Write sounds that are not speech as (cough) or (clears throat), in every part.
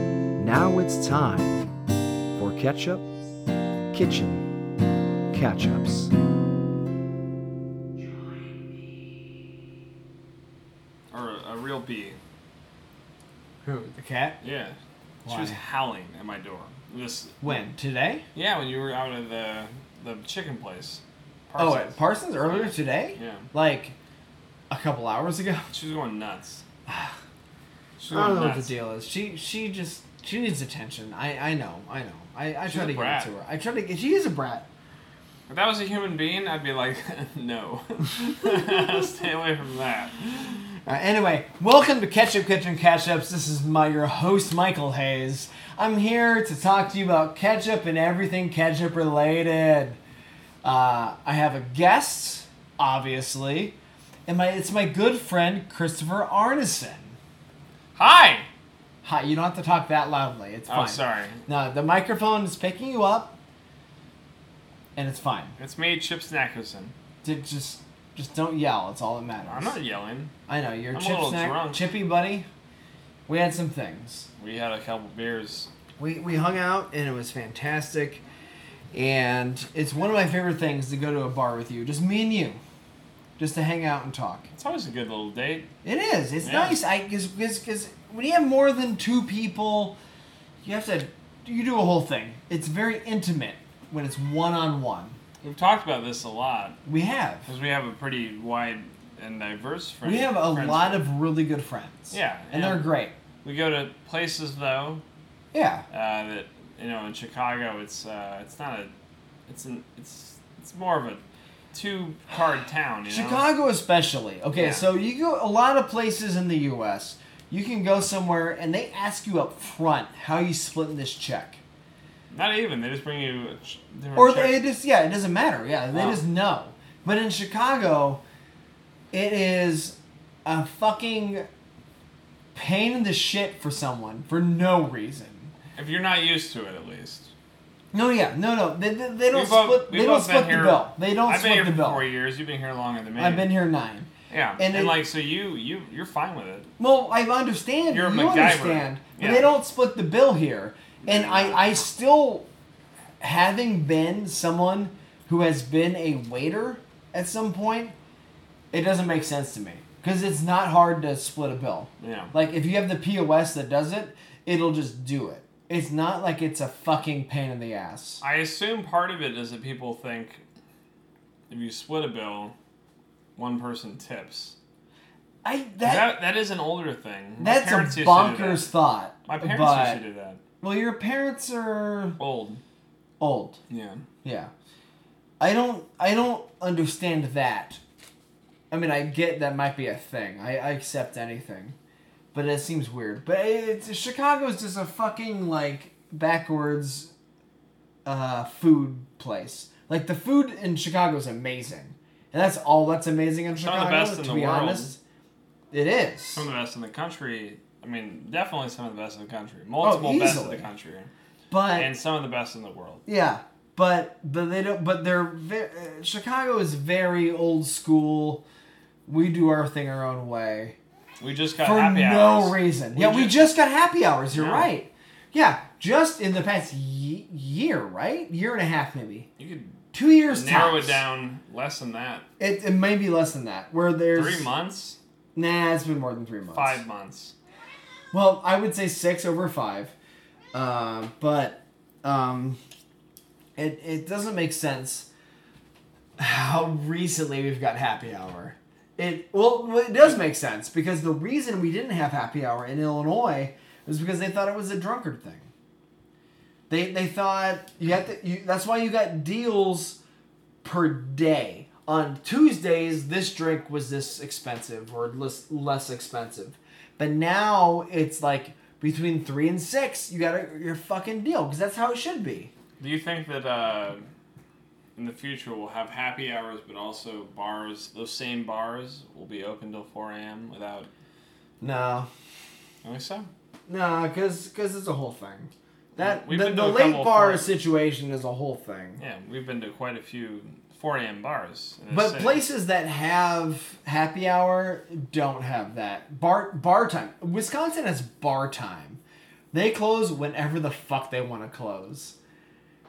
Now it's time for ketchup, kitchen, catch ups. Or a real bee. Who? The cat? Yeah. She Why? was howling at my door. This When? Today? yeah, when you were out of the the chicken place. Oh, at Parsons earlier today? Yeah. Like a couple hours ago. She was going (sighs) nuts. She I was don't going know what the nuts. deal is. She she just she needs attention. I I know I know. I I She's try a to give it brat. to her. I try to. get- She is a brat. If that was a human being, I'd be like, (laughs) no. Stay away from that. Uh, anyway, welcome to Ketchup Kitchen Catch Ups. This is my your host Michael Hayes. I'm here to talk to you about ketchup and everything ketchup related. Uh, I have a guest, obviously, and my it's my good friend Christopher Arneson. Hi! Hi, you don't have to talk that loudly. It's fine. Oh, sorry. No, the microphone is picking you up, and it's fine. It's me, Chip Snackerson. Did just just don't yell. It's all that matters. I'm not yelling. I know you're I'm a chip little snack, drunk. chippy buddy. We had some things. We had a couple beers. We we hung out and it was fantastic, and it's one of my favorite things to go to a bar with you, just me and you, just to hang out and talk. It's always a good little date. It is. It's Yeah. nice. I because when you have more than two people, you have to you do a whole thing. It's very intimate when it's one on one. We've talked about this a lot We have because we have a pretty wide and diverse friend. we have a friends- lot of really good friends. Yeah, and yeah. they're great. We go to places though Yeah, uh, that you know in Chicago it's uh, it's not a it's an it's it's more of a two card town. You know? Chicago especially. Okay, Yeah. so you go a lot of places in the U.S. You can go somewhere and they ask you up front how you splitting this check, Not even they just bring you a ch- different or check. they just yeah, it doesn't matter. Yeah, they Oh. just know. But in Chicago, it is a fucking pain in the shit for someone for no reason. if you're not used to it at least. No, yeah, no, no. They, they, they don't We've both- split. we've They don't both been split the here- bill. They don't I've been split here the for four bill. years. You've been here longer than me. I've been here nine. Yeah, and it- and, like so you you you're fine with it. Well, I understand. You're a you MacGyver. understand. But Yeah. they don't split the bill here. And I, I still, having been someone who has been a waiter at some point, it doesn't make sense to me. Because it's not hard to split a bill. Yeah. Like, if you have the POS that does it, it'll just do it. It's not like it's a fucking pain in the ass. I assume part of it is that people think if you split a bill, one person tips. I, that, That that is an older thing. My that's parents a used to do that. bonkers thought. My parents but, used to do that. Well, your parents are Old. old. Yeah. Yeah. I don't I don't understand that. I mean, I get that might be a thing. I, I accept anything. But it seems weird. But it's Chicago's just a fucking like backwards uh food place. Like the food in Chicago is amazing. And that's all that's amazing in Some of Chicago, the best in to the be world. honest. It is. Some of the best in the country. I mean, definitely some of the best in the country. Multiple best in the Oh, easily. country. But And some of the best in the world. Yeah, but but they don't. But they're ve- uh, Chicago is very old school. We do our thing our own way We just got for happy no hours. reason. We yeah, we ju- just got happy hours. You're Yeah. right. Yeah, just in the past ye- year, right? Year and a half, maybe You could two years. narrow tops. it down less than that. It, it may be less than that. Where there's Three months, Nah, it's been more than three months. five months. Well, I would say six over five, uh, but um, it it doesn't make sense how recently we've got happy hour. It well, it does make sense because the reason we didn't have happy hour in Illinois was because they thought it was a drunkard thing. They they thought you had to. You, that's why you got deals per day. On Tuesdays, this drink was this expensive or less less expensive, but now it's like between three and six. You got a, your fucking deal because that's how it should be. Do you think that uh, in the future we'll have happy hours, but also bars? Those same bars will be open till four a.m. without. No, I think so. no, because it's a whole thing. That We've the, been the to a late couple bar for- situation is a whole thing. Yeah, we've been to quite a few four a.m. bars. in this But city. places that have happy hour don't have that bar bar time. Wisconsin has bar time, They close whenever the fuck they want to close.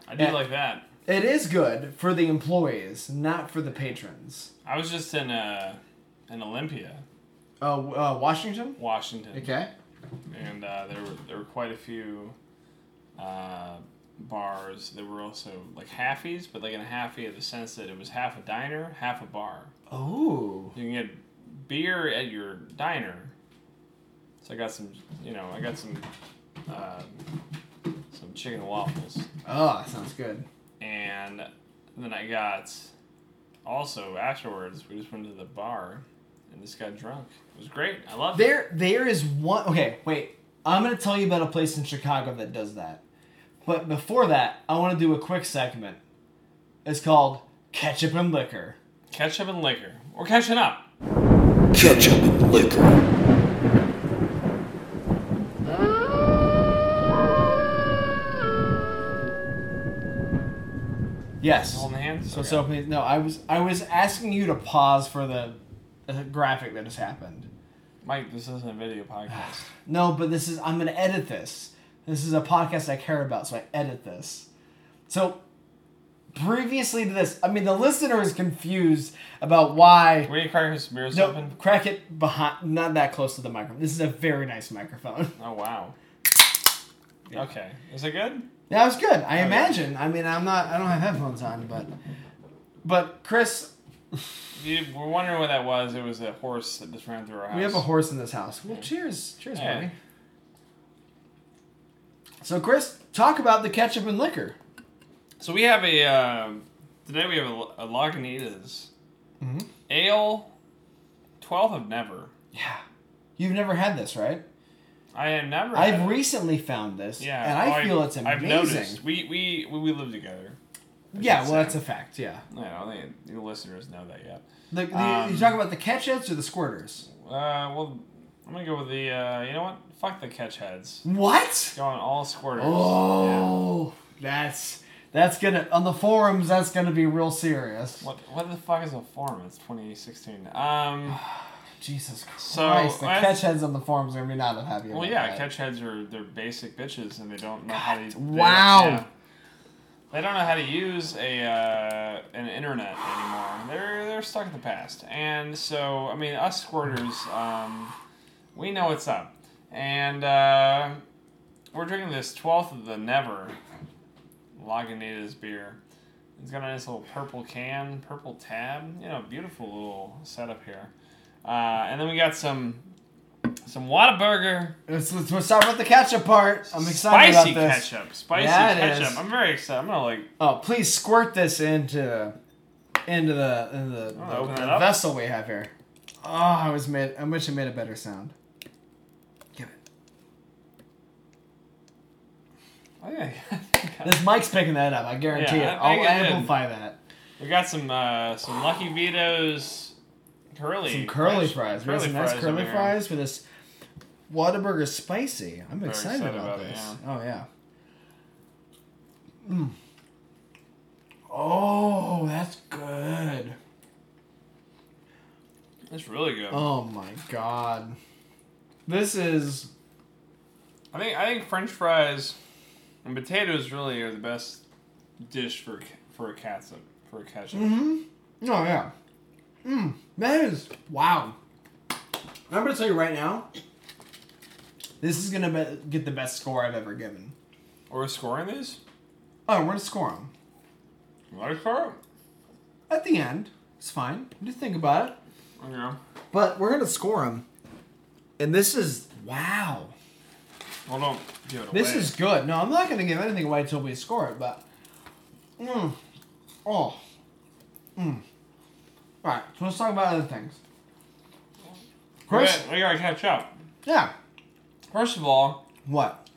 I do Yeah. like that. It is good for the employees, not for the patrons. I was just in uh, in Olympia, Uh, w- uh Washington. Washington, Okay. and uh, there were there were quite a few uh, bars. There were also like halfies, but like in a halfie in the sense that it was half a diner, half a bar. Oh. You can get beer at your diner. So I got some, you know, I got some, uh, some chicken and waffles, Oh, that sounds good. and then I got. Also, afterwards, we just went to the bar, and just got drunk. It was great. I loved it. There, there is one. Okay, wait. I'm gonna tell you about a place in Chicago that does that. But before that, I want to do a quick segment. It's called Ketchup and Liquor. Ketchup and liquor. We're catching up. Ketchup and liquor. Yes. Holding hands. So Oh, Okay. so please, no, I was I was asking you to pause for the uh, graphic that has happened. Mike, this isn't a video (sighs) podcast. No, but this is I'm gonna edit this. This is a podcast I care about, so I edit this. So previously to this, I mean the listener is confused about why Were you cracking some beers No, open? crack it behind, not that close to the microphone. This is a very nice microphone. (laughs) Oh wow. Okay. Is it good? That was good. Oh, I imagine. I mean, I'm not. I don't have headphones on, but, but Chris, You were wondering what that was. It was a horse that just ran through our house. we have a horse in this house. Well, cheers, cheers, Yeah. buddy. So, Chris, talk about the ketchup and liquor. So we have a uh, today we have a, a Lagunitas Mhm. ale, twelfth of never. Yeah, you've never had this, right? I am never. I've recently found this, Yeah. and I oh, feel it's amazing. I've noticed. We we we, we live together. Yeah, well, Same. that's a fact. Yeah, I don't think the listeners know that yet. the, the, Um, you talk about the ketchups or the squirters? Uh, well, I'm gonna go with the. Uh, you know what? Fuck the catch heads. What? Go on all squirters. Yeah. Oh, that's that's gonna on the forums. That's gonna be real serious. What what the fuck is a forum? It's 2016. Um. Jesus So, Christ! the I- catch heads on the forums are gonna be not happy. Well, about yeah, that. catch heads are they're basic bitches, and they don't know how to. they don't- wow. yeah. They don't know how to use a uh, an internet anymore. They're they're stuck in the past, and so I mean, us squirters, um, we know what's up, and uh, we're drinking this twelfth of the never Lagunitas beer. It's got a nice little purple can, purple tab. You know, beautiful little setup here. Uh, and then we got some some Whataburger Let's, let's, let's talk about the ketchup part. I'm excited spicy about this. ketchup. Spicy Yeah, it ketchup. is. I'm very excited. I'm gonna like Oh, please squirt this into into the into the, Oh, open the it up. vessel we have here. Oh, I was made. I wish I made a better sound. Give it. oh, yeah. (laughs) This mic's picking that up. I guarantee Yeah, it. I I'll think it did. amplify that. we got some uh, some Lucky Vito's curly Some curly fresh- fries. We have some nice over curly here. fries with this Whataburger spicy. I'm excited, excited about, about it, this. Oh yeah. Mm. Oh, that's good. It's really good. Oh my god. This is I think I think French fries and potatoes really are the best dish for ca- for a catsup for a ketchup. Oh yeah. Mm, that is wow. I'm gonna tell you right now. This is gonna be, get the best score I've ever given. Or we're scoring these. Oh, we're gonna score them Like score? at the end. It's fine. Just think about it. Yeah. But we're gonna score them. And this is wow. Well, don't give it This away. is good. No, I'm not gonna give anything away until we score it. But mm, oh, mm. All right. So let's talk about other things. We Chris, got- we gotta catch up. yeah. First of all, What?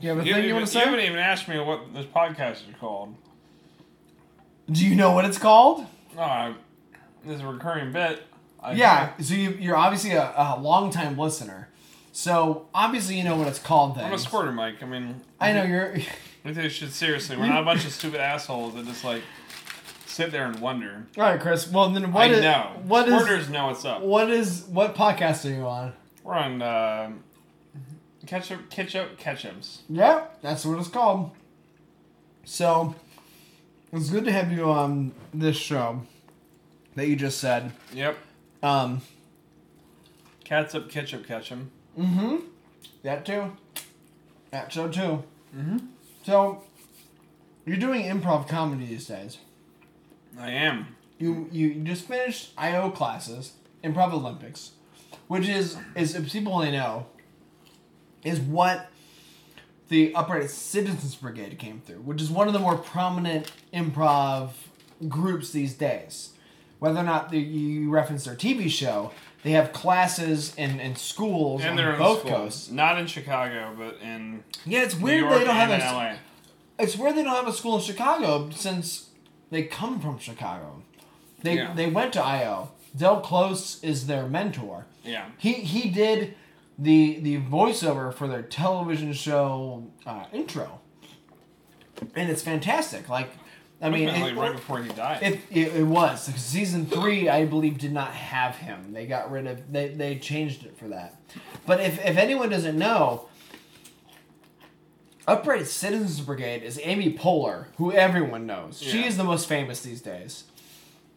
You have a You, thing you want haven't even- to say? you haven't even asked me what this podcast is called. Do you know what it's called? No, I, Uh, this is a recurring bit. I Yeah. So you, you're obviously a, a longtime listener. So obviously you know what it's called. Then I'm a squirter, Mike. I mean, I know you're. We take shit seriously. We're not a bunch of stupid assholes that just like sit there and wonder. All right, Chris. Well, then what I is know. what is Squirters know what's up. what is what podcast are you on? We're on uh, Ketchup, ketchup, ketchups. Yep, that's what it's called. So, it's good to have you on this show that you just said. Yep. Um, Catsup, ketchup, ketchum. mm-hmm. That too. That show too. Mm-hmm. So, you're doing improv comedy these days. I am. You you just finished IO classes, Improv Olympics, which is is if people only know, is what the Upright Citizens Brigade came through, which is one of the more prominent improv groups these days. Whether or not the, you reference their TV show, they have classes in, in schools And on they're in both school. coasts. Not in Chicago, but in Yeah, it's New weird York they don't have and a in s- LA. it's weird they don't have a school in Chicago since they come from Chicago. They Yeah. they went to IO. Del Close is their mentor. Yeah. He he did the the voiceover for their television show uh, intro, and it's fantastic. Like, I (laughs) mean, Ultimately, it- right before he died. it, it, it was season three i believe did not have him they got rid of they, they changed it for that but if, if anyone doesn't know upright citizens brigade is amy poehler who everyone knows she Yeah. is the most famous these days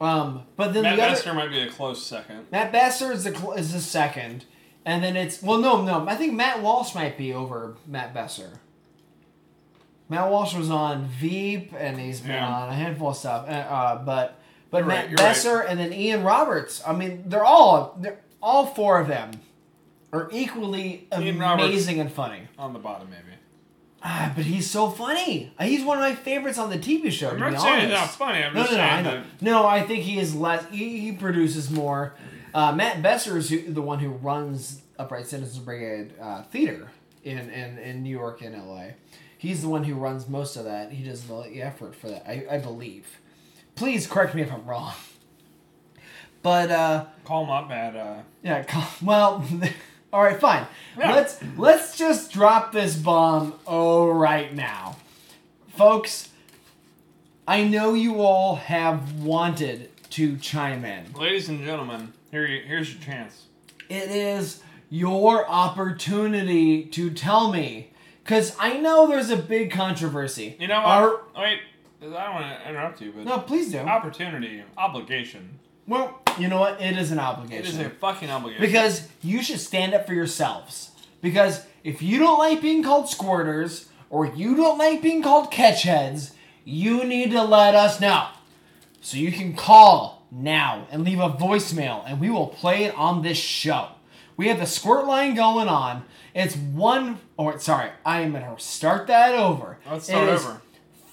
um, but then Matt the other Besser might be a close second. matt Besser is the cl- is the second and then it's well no no i think matt walsh might be over matt besser Matt Walsh was on Veep, and he's been Yeah. on a handful of stuff. Uh, uh, but but You're right, Matt you're right. Besser and then Ian Roberts. I mean, they're all they're all four of them are equally Ian Roberts. amazing and funny. On the bottom, maybe. Ah, but he's so funny. Uh, He's one of my favorites on the TV show. to I'm be not saying it's not honest. funny. I'm No, just no, no, I saying know. No, I think he is less. He, he produces more. Uh, Matt Besser is who, the one who runs Upright Citizens Brigade uh, Theater in, in, in New York and LA. He's the one who runs most of that. He does the effort for that, I, I believe. Please correct me if I'm wrong. But uh, that call him up at. Uh, yeah, co- (laughs) well, all right, fine. Yeah. Let's let's just drop this bomb oh right now. Folks, I know you all have wanted to chime in. ladies and gentlemen, here you, here's your chance. It is your opportunity to tell me cuz I know there's a big controversy. You know what? Our- Wait, I don't want to interrupt you, but No, please do. Uh, opportunity, obligation. Well, you know what? It is an It obligation. is a fucking obligation. Because you should stand up for yourselves. Because if you don't like being called squirters or you don't like being called catchheads, you need to let us know. So you can call now and leave a voicemail and we will play it on this show. We have the squirt line going on. It's one or sorry, I am gonna start that over. Let's start It is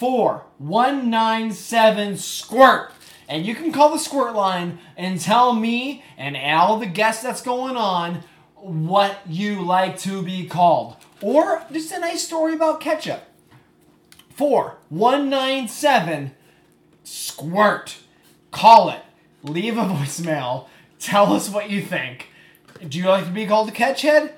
over. 4197 squirt and you can call the squirt line and tell me and all the guests that's going on what you like to be called or just a nice story about ketchup 4197 squirt call it leave a voicemail tell us what you think do you like to be called a catchhead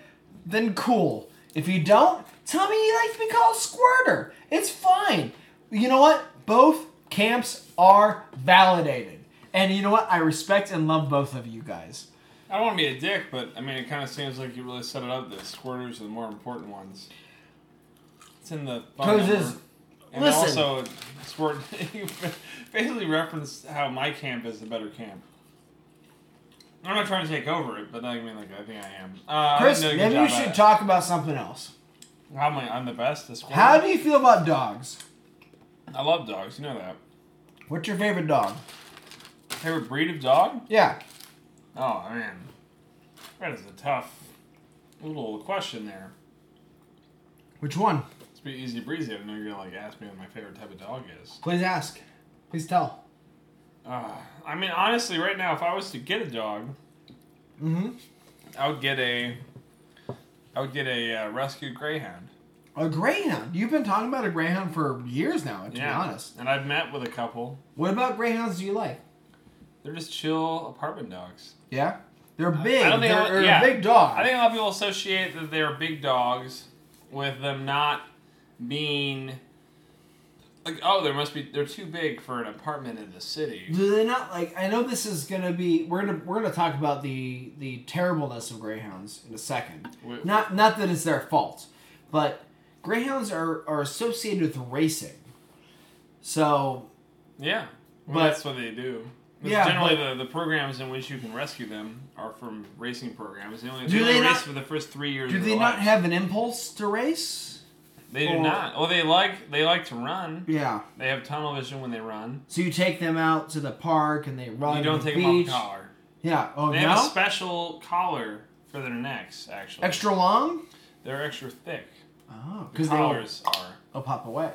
then cool. If you don't, tell me you like to be called squirter. It's fine. You know what? Both camps are validated. And you know what? I respect and love both of you guys. I don't want to be a dick, but I mean, it kind of seems like you really set it up that squirters are the more important ones. It's in the phone Because number. it's- And listen. also, squirt. (laughs) You basically referenced how my camp is the better camp. I'm not trying to take over it, but I mean, like I think I am. Uh, Chris, I did a good maybe job you at should it. talk about something else. How am I? I'm the best. The squirter. How do you feel about dogs? I love dogs. You know that. What's your favorite dog? Favorite breed of dog? Yeah. Oh man, that is a tough little question there. Which one? It's be easy breezy. I know you're gonna like ask me what my favorite type of dog is. Please ask. Please tell. Uh, I mean, honestly, right now, if I was to get a dog, Mm-hmm. I would get a, I would get a uh, rescued greyhound. A greyhound. You've been talking about a greyhound for years now, to Yeah, be honest. And I've met with a couple. What about greyhounds do you like? They're just chill apartment dogs. Yeah. They're big. I don't think they're I- they're yeah. a big dog. I think a lot of people associate that they're big dogs with them not being Like, oh, there must be. They're too big for an apartment in the city. Do they not like? I know this is gonna be. We're gonna we're gonna talk about the the terribleness of greyhounds in a second. Wait. Not not that it's their fault, but greyhounds are are associated with racing. So Yeah. Well, But- that's what they do. That's Yeah, generally, the, the programs in which you can rescue them are from racing programs. They only, Do they only they race not- for the first three years. do of they their not lives. have an impulse to race? They do or- not. Well, they like they like to run. Yeah. They have tunnel vision when they run. So you take them out to the park and they run. You on don't the take them off beach. the collar. Yeah. Oh They have a no. special collar for their necks. Actually, Extra long. They're extra thick. Oh, The because they will collars are. they'll pop away.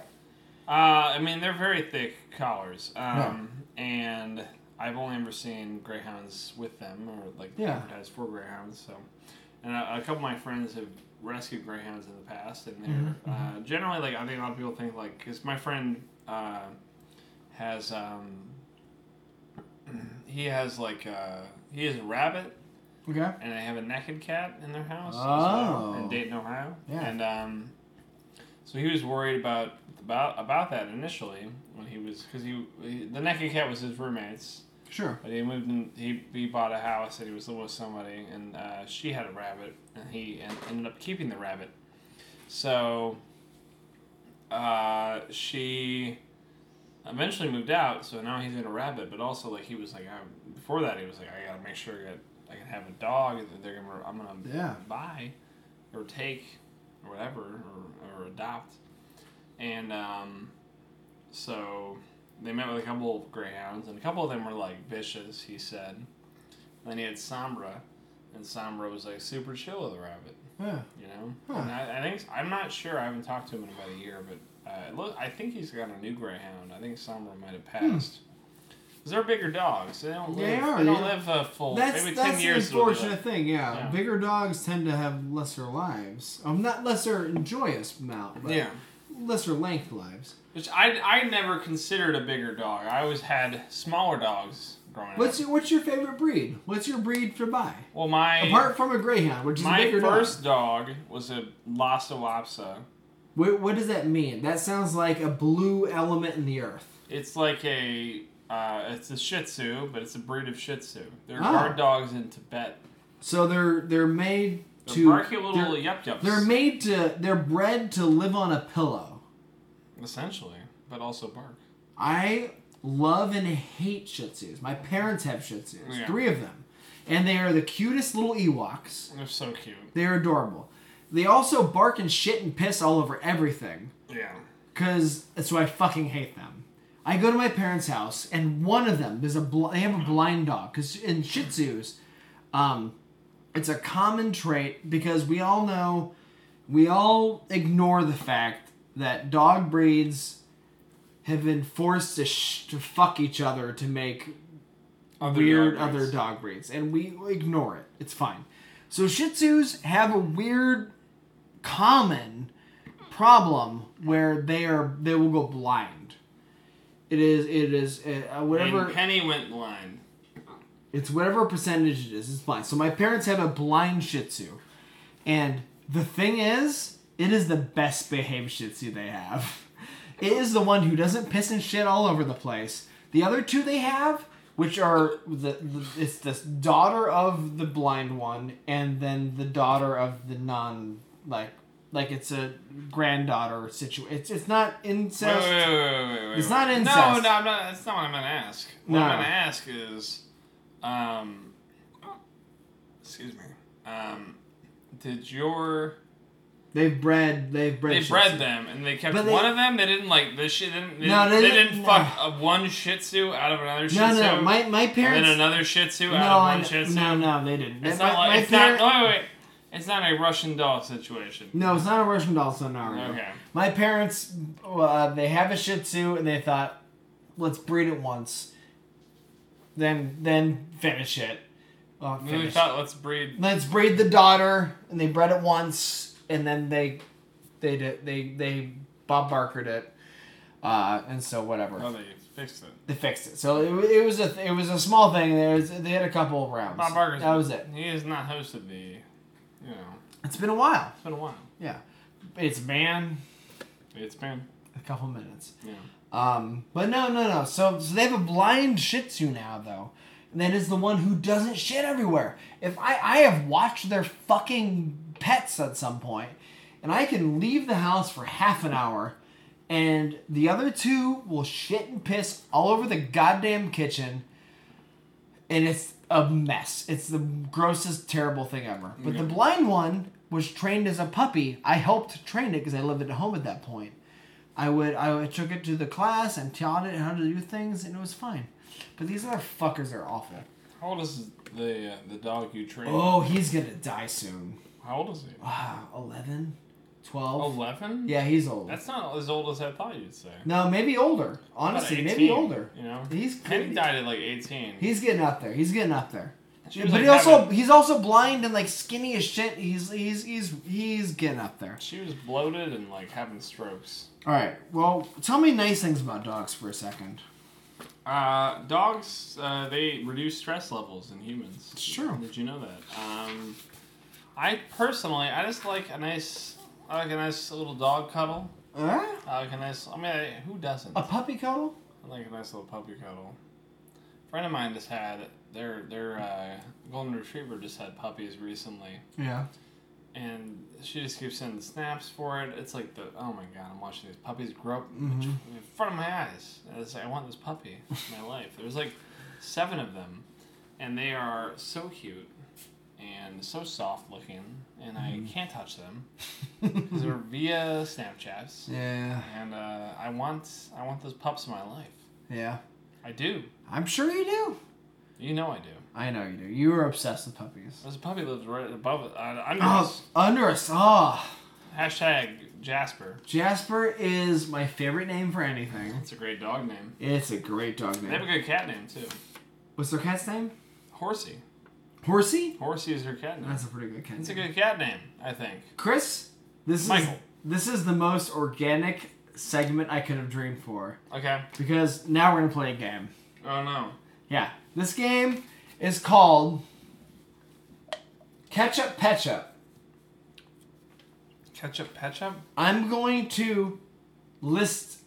Uh, I mean, they're very thick collars, um, and I've only ever seen greyhounds with them, or like Yeah. advertised for greyhounds. So, and a, a couple of my friends have rescued greyhounds in the past, and they're uh, generally like I think a lot of people think like because my friend uh, has um, (clears throat) he has like uh, he has a rabbit, Okay. and they have a naked cat in their house as well, Oh. in Dayton, Ohio. Yeah. And um, so he was worried about about about that initially when he was because he, he the naked cat was his roommates, Sure. but he moved in he, he bought a house and he was living with somebody and uh, she had a rabbit and he en- ended up keeping the rabbit, so uh, she. Eventually moved out, so now he's got a rabbit. But also, like he was like, I, before that, he was like, I gotta make sure that I can have a dog. That they're gonna, I'm gonna Yeah. buy or take or whatever or, or adopt and um, so they met with a couple of greyhounds and a couple of them were like vicious he said and then he had sombra and sombra was like super chill with the rabbit Yeah. you know Huh. and I, I think i'm not sure i haven't talked to him in about a year but uh, look i think he's got a new greyhound i think sombra might have passed 'Cause They're bigger dogs. They don't live. Hmm. They They, are, don't yeah. live a full. That's maybe that's ten the years. they'll be unfortunate like- thing. Yeah. Yeah. bigger dogs tend to have lesser lives. Um, not lesser joyous amount, but Yeah. lesser length lives. Which I, I never considered a bigger dog. I always had smaller dogs growing What's up. your what's your favorite breed? What's your breed to buy? Well, my Apart from a greyhound, which is a my bigger first dog. dog, was a Lhasa Wapsa. What, what does that mean? That sounds like a blue element in the earth. It's like a uh, it's a Shih Tzu, but it's a breed of Shih Tzu. They're Oh. guard dogs in Tibet. So they're they're made They're to barky little they're, yup yups. they're made to they're bred to live on a pillow. essentially, but also bark. I love and hate Shih Tzus. My parents have Shih Tzus, Yeah. three of them, and they are the cutest little Ewoks. They're so cute. They are adorable. They also bark and shit and piss all over everything. Yeah. Cause that's why I fucking hate them. I go to my parents' house, and one of them there's a bl- they have a blind dog. Cause in Shih Tzus, um, it's a common trait because we all know, we all ignore the fact that dog breeds have been forced to sh- to fuck each other to make Other weird dog breeds. other dog breeds, and we ignore it. It's fine. So Shih Tzus have a weird common problem where they are they will go blind. It is it is uh, whatever And Penny went blind. it's whatever percentage it is. It's blind. So my parents have a blind Shih Tzu, and the thing is, it is the best behaved Shih Tzu they have. It is the one who doesn't piss and shit all over the place. The other two they have, which are the, the it's the daughter of the blind one, and then the daughter of the non like like it's a granddaughter situation. It's it's not Wait, incest. wait, wait, wait, wait, wait, It's wait. not incest. No, no, I'm not, that's not what I'm going to ask. What No. I'm going to ask is, um, excuse me, um, did your They've bred they've bred. they Shih Tzu. bred them and they kept But they- one of them? They didn't like this shit. They didn't, they, No, didn't, they they didn't- didn't no. fuck uh, one Shih Tzu out of another Shih No, Tzu. no, no. My my and parents. then another Shih Tzu No, out of I, one Shih Tzu. no, no, they didn't. It's My- not my like it's parent- not. Wait, wait, wait. It's not a Russian doll situation. No, it's not a Russian doll scenario. Okay. My parents, uh, they have a Shih Tzu, and they thought, let's breed it once, then then finish it. Uh, And then we finish. thought, let's breed. Let's breed the daughter, and they bred it once, and then they they did, they they Bob Barkered it, uh, and so whatever Oh, they fixed it. they fixed it. So it, wa- it was a th- it was a small thing. There was they had a couple of rounds. Bob Barker's. That was it. He has not hosted the, you know, It's been a while. it's been a while. Yeah, it's man. It's been. a couple minutes. Yeah. Um, but no, no, no. So, so they have a blind Shih Tzu now, though. And that is the one who doesn't shit everywhere. If I I have watched their fucking pets at some point, and I can leave the house for half an hour, and the other two will shit and piss all over the goddamn kitchen, and it's a mess. It's the grossest, terrible thing ever. But the blind one was trained as a puppy. I helped train it because I lived at home at that point. I would I would- took it to the class and taught it how to do things, and it was fine. But these other fuckers are awful. How old is the uh, the dog you trained? Oh, he's gonna die soon. How old is he? Wow, 11? 12? Eleven. Oh. Yeah, he's old. That's not as old as I thought you'd say. no, maybe older. About Honestly, 18, maybe older. You know. He's and he died at like eighteen. He's getting up there. He's getting up there. She but was, he like, also having- he's also blind and like skinny as shit. He's he's he's he's getting up there. She was bloated and like having strokes. All right. Well, tell me nice things about dogs for a second. Uh, dogs, uh, they reduce stress levels in humans. Sure. Did you know that? Um, I personally, I just like a nice, I like a nice little dog cuddle. Uh, I like a nice. I mean, I, who doesn't? a puppy cuddle? I like a nice little puppy cuddle. A friend of mine just had their their uh, golden retriever just had puppies recently, Yeah. and she just keeps sending snaps for it. It's like the oh my god, I'm watching these puppies grow up Mm-hmm. in front of my eyes. And it's like, I want this puppy in (laughs) my life. There's like seven of them, and they are so cute and so soft looking, and Mm-hmm. I can't touch them because they're via (laughs) Snapchats. Yeah. And uh, I want I want those pups in my life. Yeah. I do. I'm sure you do. You know I do. I know you do. You were obsessed with puppies. This puppy lives right above it. Uh, under Oh, us. under us. Ah, Hashtag Jasper. Jasper is my favorite name for anything. That's a great dog name. It's a great dog They have a name. good cat name too. What's their cat's name? Horsey. Horsey. Horsey is her cat name. That's a pretty good cat. It's a name. good cat name, I think. Chris, this is Michael. this is the most organic segment I could have dreamed for Okay. because now we're gonna play a game. Oh no. Yeah, this game is called Ketchup Petchup. Ketchup Petchup? I'm going to list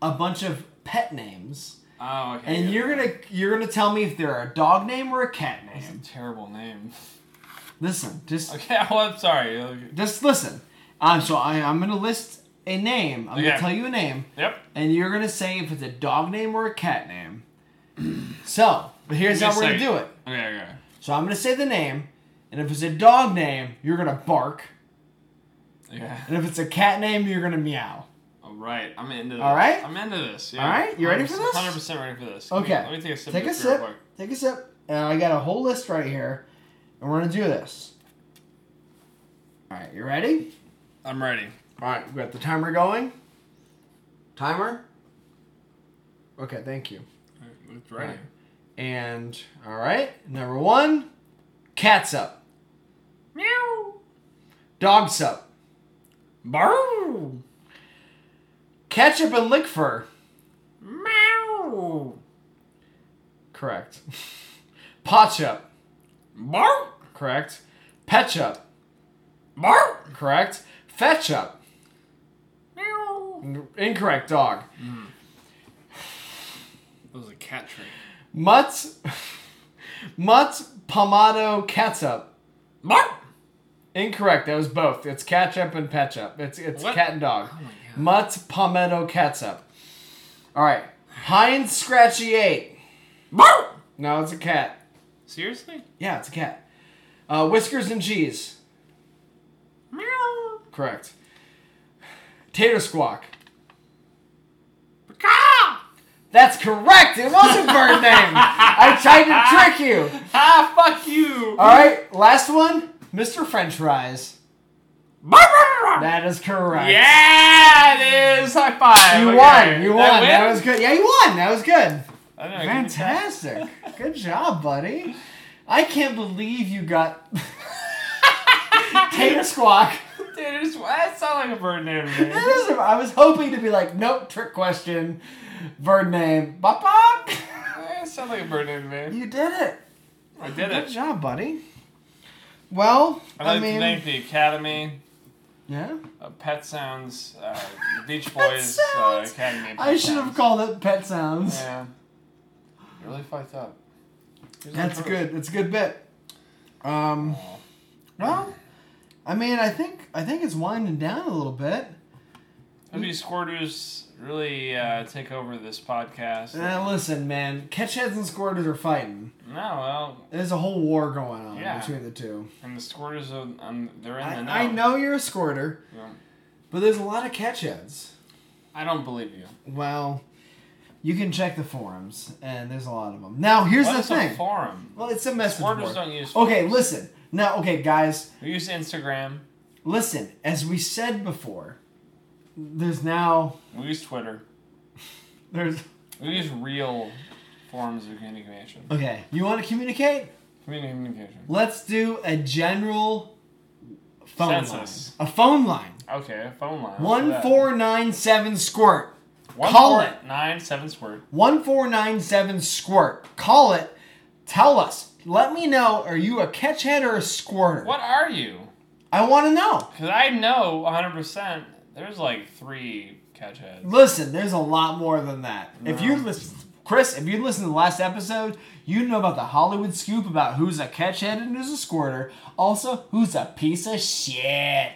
a bunch of pet names, Oh, okay. and yeah. you're gonna you're gonna tell me if they're a dog name or a cat That's a name. terrible name. (laughs) Listen, just Okay, (laughs) well, I'm sorry. Okay. just listen. Um, so I, I'm gonna list a name. I'm Okay. gonna tell you a name, Yep. and you're gonna say if it's a dog name or a cat name. (clears throat) so, but here's Give me how a we're gonna second. do it. Okay, okay. So I'm gonna say the name, and if it's a dog name, you're gonna bark, Okay. and if it's a cat name, you're gonna meow. All right, I'm into this. All right? I'm into this. Yeah. All right, you ready for this? 100% ready for this. Okay. Let me, let me take a sip Take of a this real sip. quick. Take a sip. And I got a whole list right here, and we're gonna do this. All right, you ready? I'm ready. All right, we got the timer going. Timer. Okay, thank you. It's ready. And all right, number one, cats up, Meow. dogs up, Barroo. ketchup and lick fur. Meow. Correct. (laughs) Potch up. Bark. Correct. Petch up. Bark. Correct. Fetch up. Meow. Incorrect dog. That was a cat trick. Mutts, Mutts, Pomado, Catsup. Bark. Incorrect. That was both. It's ketchup and petchup. It's it's What? cat and dog. Oh my God. Mutts, Pomado, Catsup. All right. Heinz Scratchy Eight. Bark. No, it's a cat. Seriously? Yeah, it's a cat. Uh, whiskers and cheese. Meow. Correct. Tater Squawk. Pika. That's correct. It was (laughs) a bird name. I tried to trick you. Ah, fuck you. All right. Last one. Mr. French Fries. Bark. That is correct. Yeah, it is. High five. You Okay. won. You won. That That, win? was good. Yeah, you won. That was good. I don't know, give me that. Fantastic. good job, buddy. I can't believe you got (laughs) Tater Squawk. Dude, it's, that sounds like a bird name, That (laughs) man. is- I was hoping to be like, nope, trick question, bird name, bop bop. That sounds like a bird name, man. You did it. I did Good it. job, buddy. Well, I'd like I mean, to thank the Academy yeah. of Pet Sounds uh, Beach Boys uh, Sounds. Academy. of I Pet should have Sounds. called it Pet Sounds. Yeah. Really fucked up. Here's That's the good. That's a good bit. Um, proof. well, I mean, I think I think it's winding down a little bit. How do squirters really uh, take over this podcast? Uh, listen, man, Catchheads and Squirters are fighting. no, well, There's a whole war going on Yeah. between the two. and the squirters are um, they're in the know. I, I know you're a squirter, Yeah. but there's a lot of Catchheads. I don't believe you. Well, you can check the forums, and there's a lot of them. Now, here's What's the a thing. forum? well, it's a message Squirters board. don't use. Okay, listen. Now, okay, guys, We use Instagram. listen. As we said before, there's now We use Twitter. there's We use real forms of communication. okay. You want to communicate? Communication. Let's do a general phone Census. line. A phone line. Okay, a phone line. One four nine seven squirt. One call four it. Nine seven squirt. One four nine seven squirt. Call it. Tell us. Let me know. Are you a catch head or a squirter? What are you? I want to know. Because I know 100%. There's like three catch heads. Listen, there's a lot more than that. If you No. listen, Chris, if you listen to the last episode, you know about the Hollywood scoop about who's a catchhead and who's a squirter. Also, who's a piece of shit.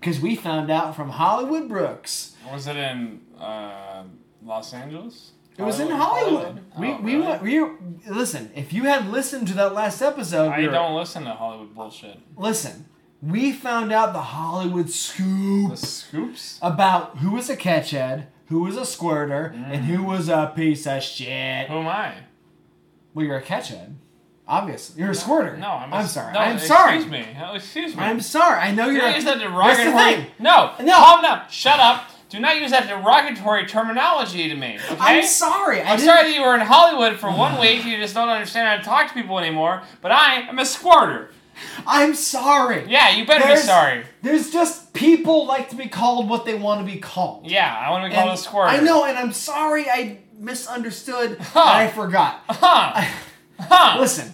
Because we found out from Hollywood Brooks. Was it in uh, Los Angeles? It was in Hollywood. We, Oh, we, really? went- we, listen, if you had listened to that last episode, I we were- don't listen to Hollywood bullshit. listen, we found out the Hollywood scoop The scoops? about who was a catchhead, who was a squirter, and who was a piece of shit. Mm. Who am I? Well, you're a catchhead. Obviously, you're a squirter. No, I'm, a- I'm sorry. No, I'm excuse sorry. Excuse me. Oh, Excuse me. I'm sorry. I know Do you're. not a- use that That's the derogatory. thing. No, No. Calm down. Shut up. Do not use that derogatory terminology to me. Okay. I'm sorry. I I'm didn't- sorry that you were in Hollywood (sighs) for one week. You just don't understand how to talk to people anymore. But I am a squirter. I'm sorry. Yeah, you better There's- be sorry. There's just people like to be called what they want to be called. Yeah, I want to be And called a squirter. I know, and I'm sorry. I misunderstood. Huh. And I forgot. Huh? (laughs) Huh? Listen,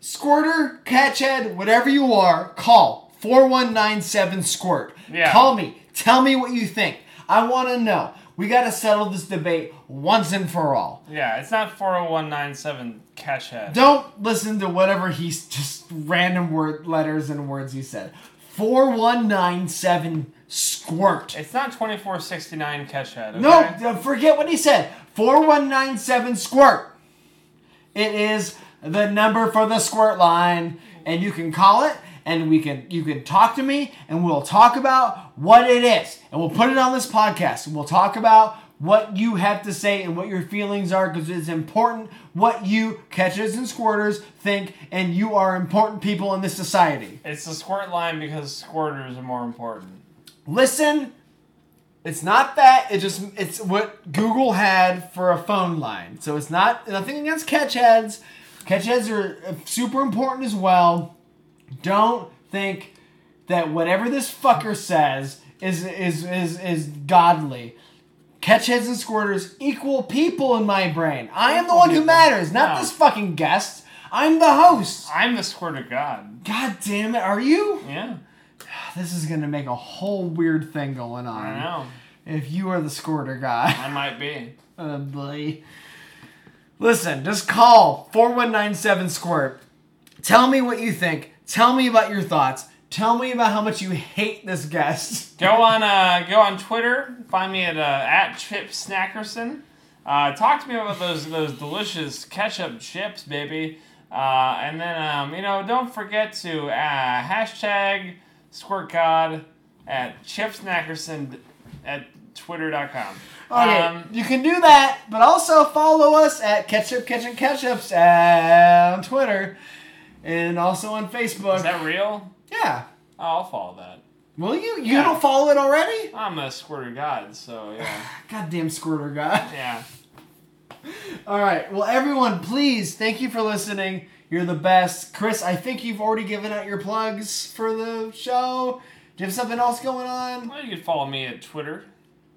squirter, catchhead, whatever you are, call 4197 squirt. Yeah. Call me. Tell me what you think. I want to know. We got to settle this debate once and for all. Yeah, it's not 40197 catch head. Don't listen to whatever he's just random word letters and words he said. Four one nine seven squirt. It's not 2469 catch head. Okay? No, uh, forget what he said. Four one nine seven squirt. It is the number for the squirt line, and you can call it, and we can you can talk to me, and we'll talk about what it is, and we'll put it on this podcast, and we'll talk about what you have to say and what your feelings are because it's important what you catchers and squirters think and you are important people in this society It's the squirt line because squirters are more important. listen it's not that it just it's what google had for a phone line so it's not nothing against catch heads catch heads are uh, super important as well don't think that whatever this fucker says is is is is godly catch heads and squirters equal people in my brain i am the one who matters not No. this fucking guest i'm the host I'm the squirter god. god damn it are you (sighs) Yeah, this is gonna make a whole weird thing going on I know. if you are the squirter I guy, (laughs) might be. oh boy. Listen, just call 4197 Squirt. Tell me what you think. Tell me about your thoughts. Tell me about how much you hate this guest. (laughs) Go on, uh, go on Twitter. Find me at uh, at Chip Snackerson. Uh, talk to me about those those delicious ketchup chips, baby. Uh, and then um, you know, don't forget to uh, hashtag Squirt God at Chip Snackerson at Twitter.com. Okay, Um, you can do that, but also follow us at Ketchup Ketchup Ketchups on Twitter and also on Facebook. is that real? yeah. Oh, I'll follow that. Will you? You Yeah. don't follow it already? I'm a squirter god, so yeah, Goddamn squirter guy. (laughs) yeah. All right. Well, everyone, please, thank you for listening. You're the best. Chris, I think you've already given out your plugs for the show. Do you have something else going on? Well, you can follow me at Twitter.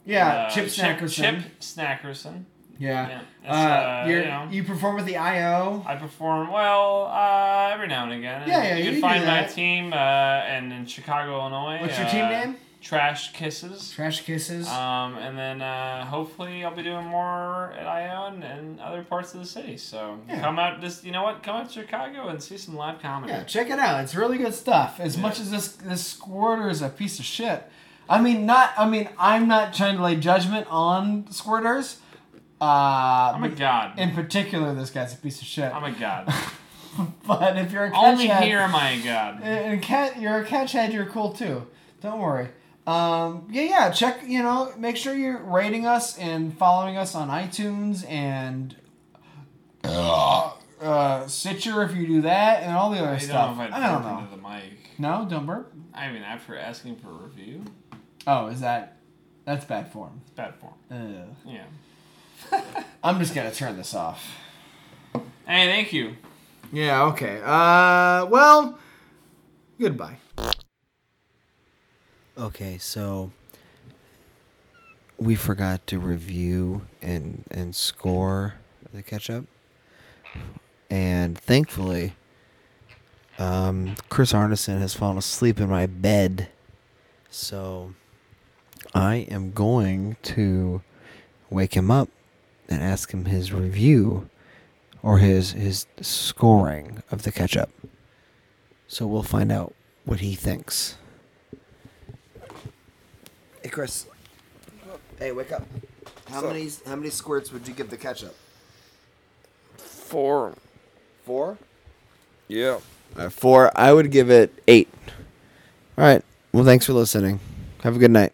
Yeah, Uh, Chip Snackerson. Chip Snackerson. Yeah. yeah, uh, it's, uh, you're, you you know. perform with the IO. I perform well uh, every now and again. And Yeah, yeah, you You can do find my that. team uh, and in Chicago, Illinois. What's uh, your team name? Trash Kisses. Trash kisses. Um, and then uh, hopefully I'll be doing more at IO and, and other parts of the city. So Yeah. come out this you know what? Come out to Chicago and see some live comedy. yeah, check it out. It's really good stuff. As much as this this squirter is a piece of shit. I mean, not. I mean, I'm not trying to lay judgment on squirters. Uh, I'm a god. in particular, this guy's a piece of shit. I'm (laughs) a god. but if you're a catch Only head- eh, here am I a god. And and cat, you're a catch head. You're cool too. Don't worry. Um, yeah, yeah. Check. You know, make sure you're rating us and following us on iTunes and uh, uh, Stitcher if you do that, and all the other I don't stuff. know if I'd I don't burp know. into the mic. No, don't burp. I mean, after asking for a review, Oh, is that? That's bad form. it's bad form. Ugh. Yeah. I'm just gonna turn this off. Hey, thank you. Yeah. Okay. Uh. Well. Goodbye. Okay, so we forgot to review and and score the catch up, and thankfully, um, Chris Arneson has fallen asleep in my bed, so I am going to wake him up and ask him his review or his his scoring of the catch up. So we'll find out what he thinks. Hey Chris. Hey, wake up. How many how many squirts would you give the ketchup? Four. Four? Yeah. four. I would give it eight. All right. Well, thanks for listening. Have a good night.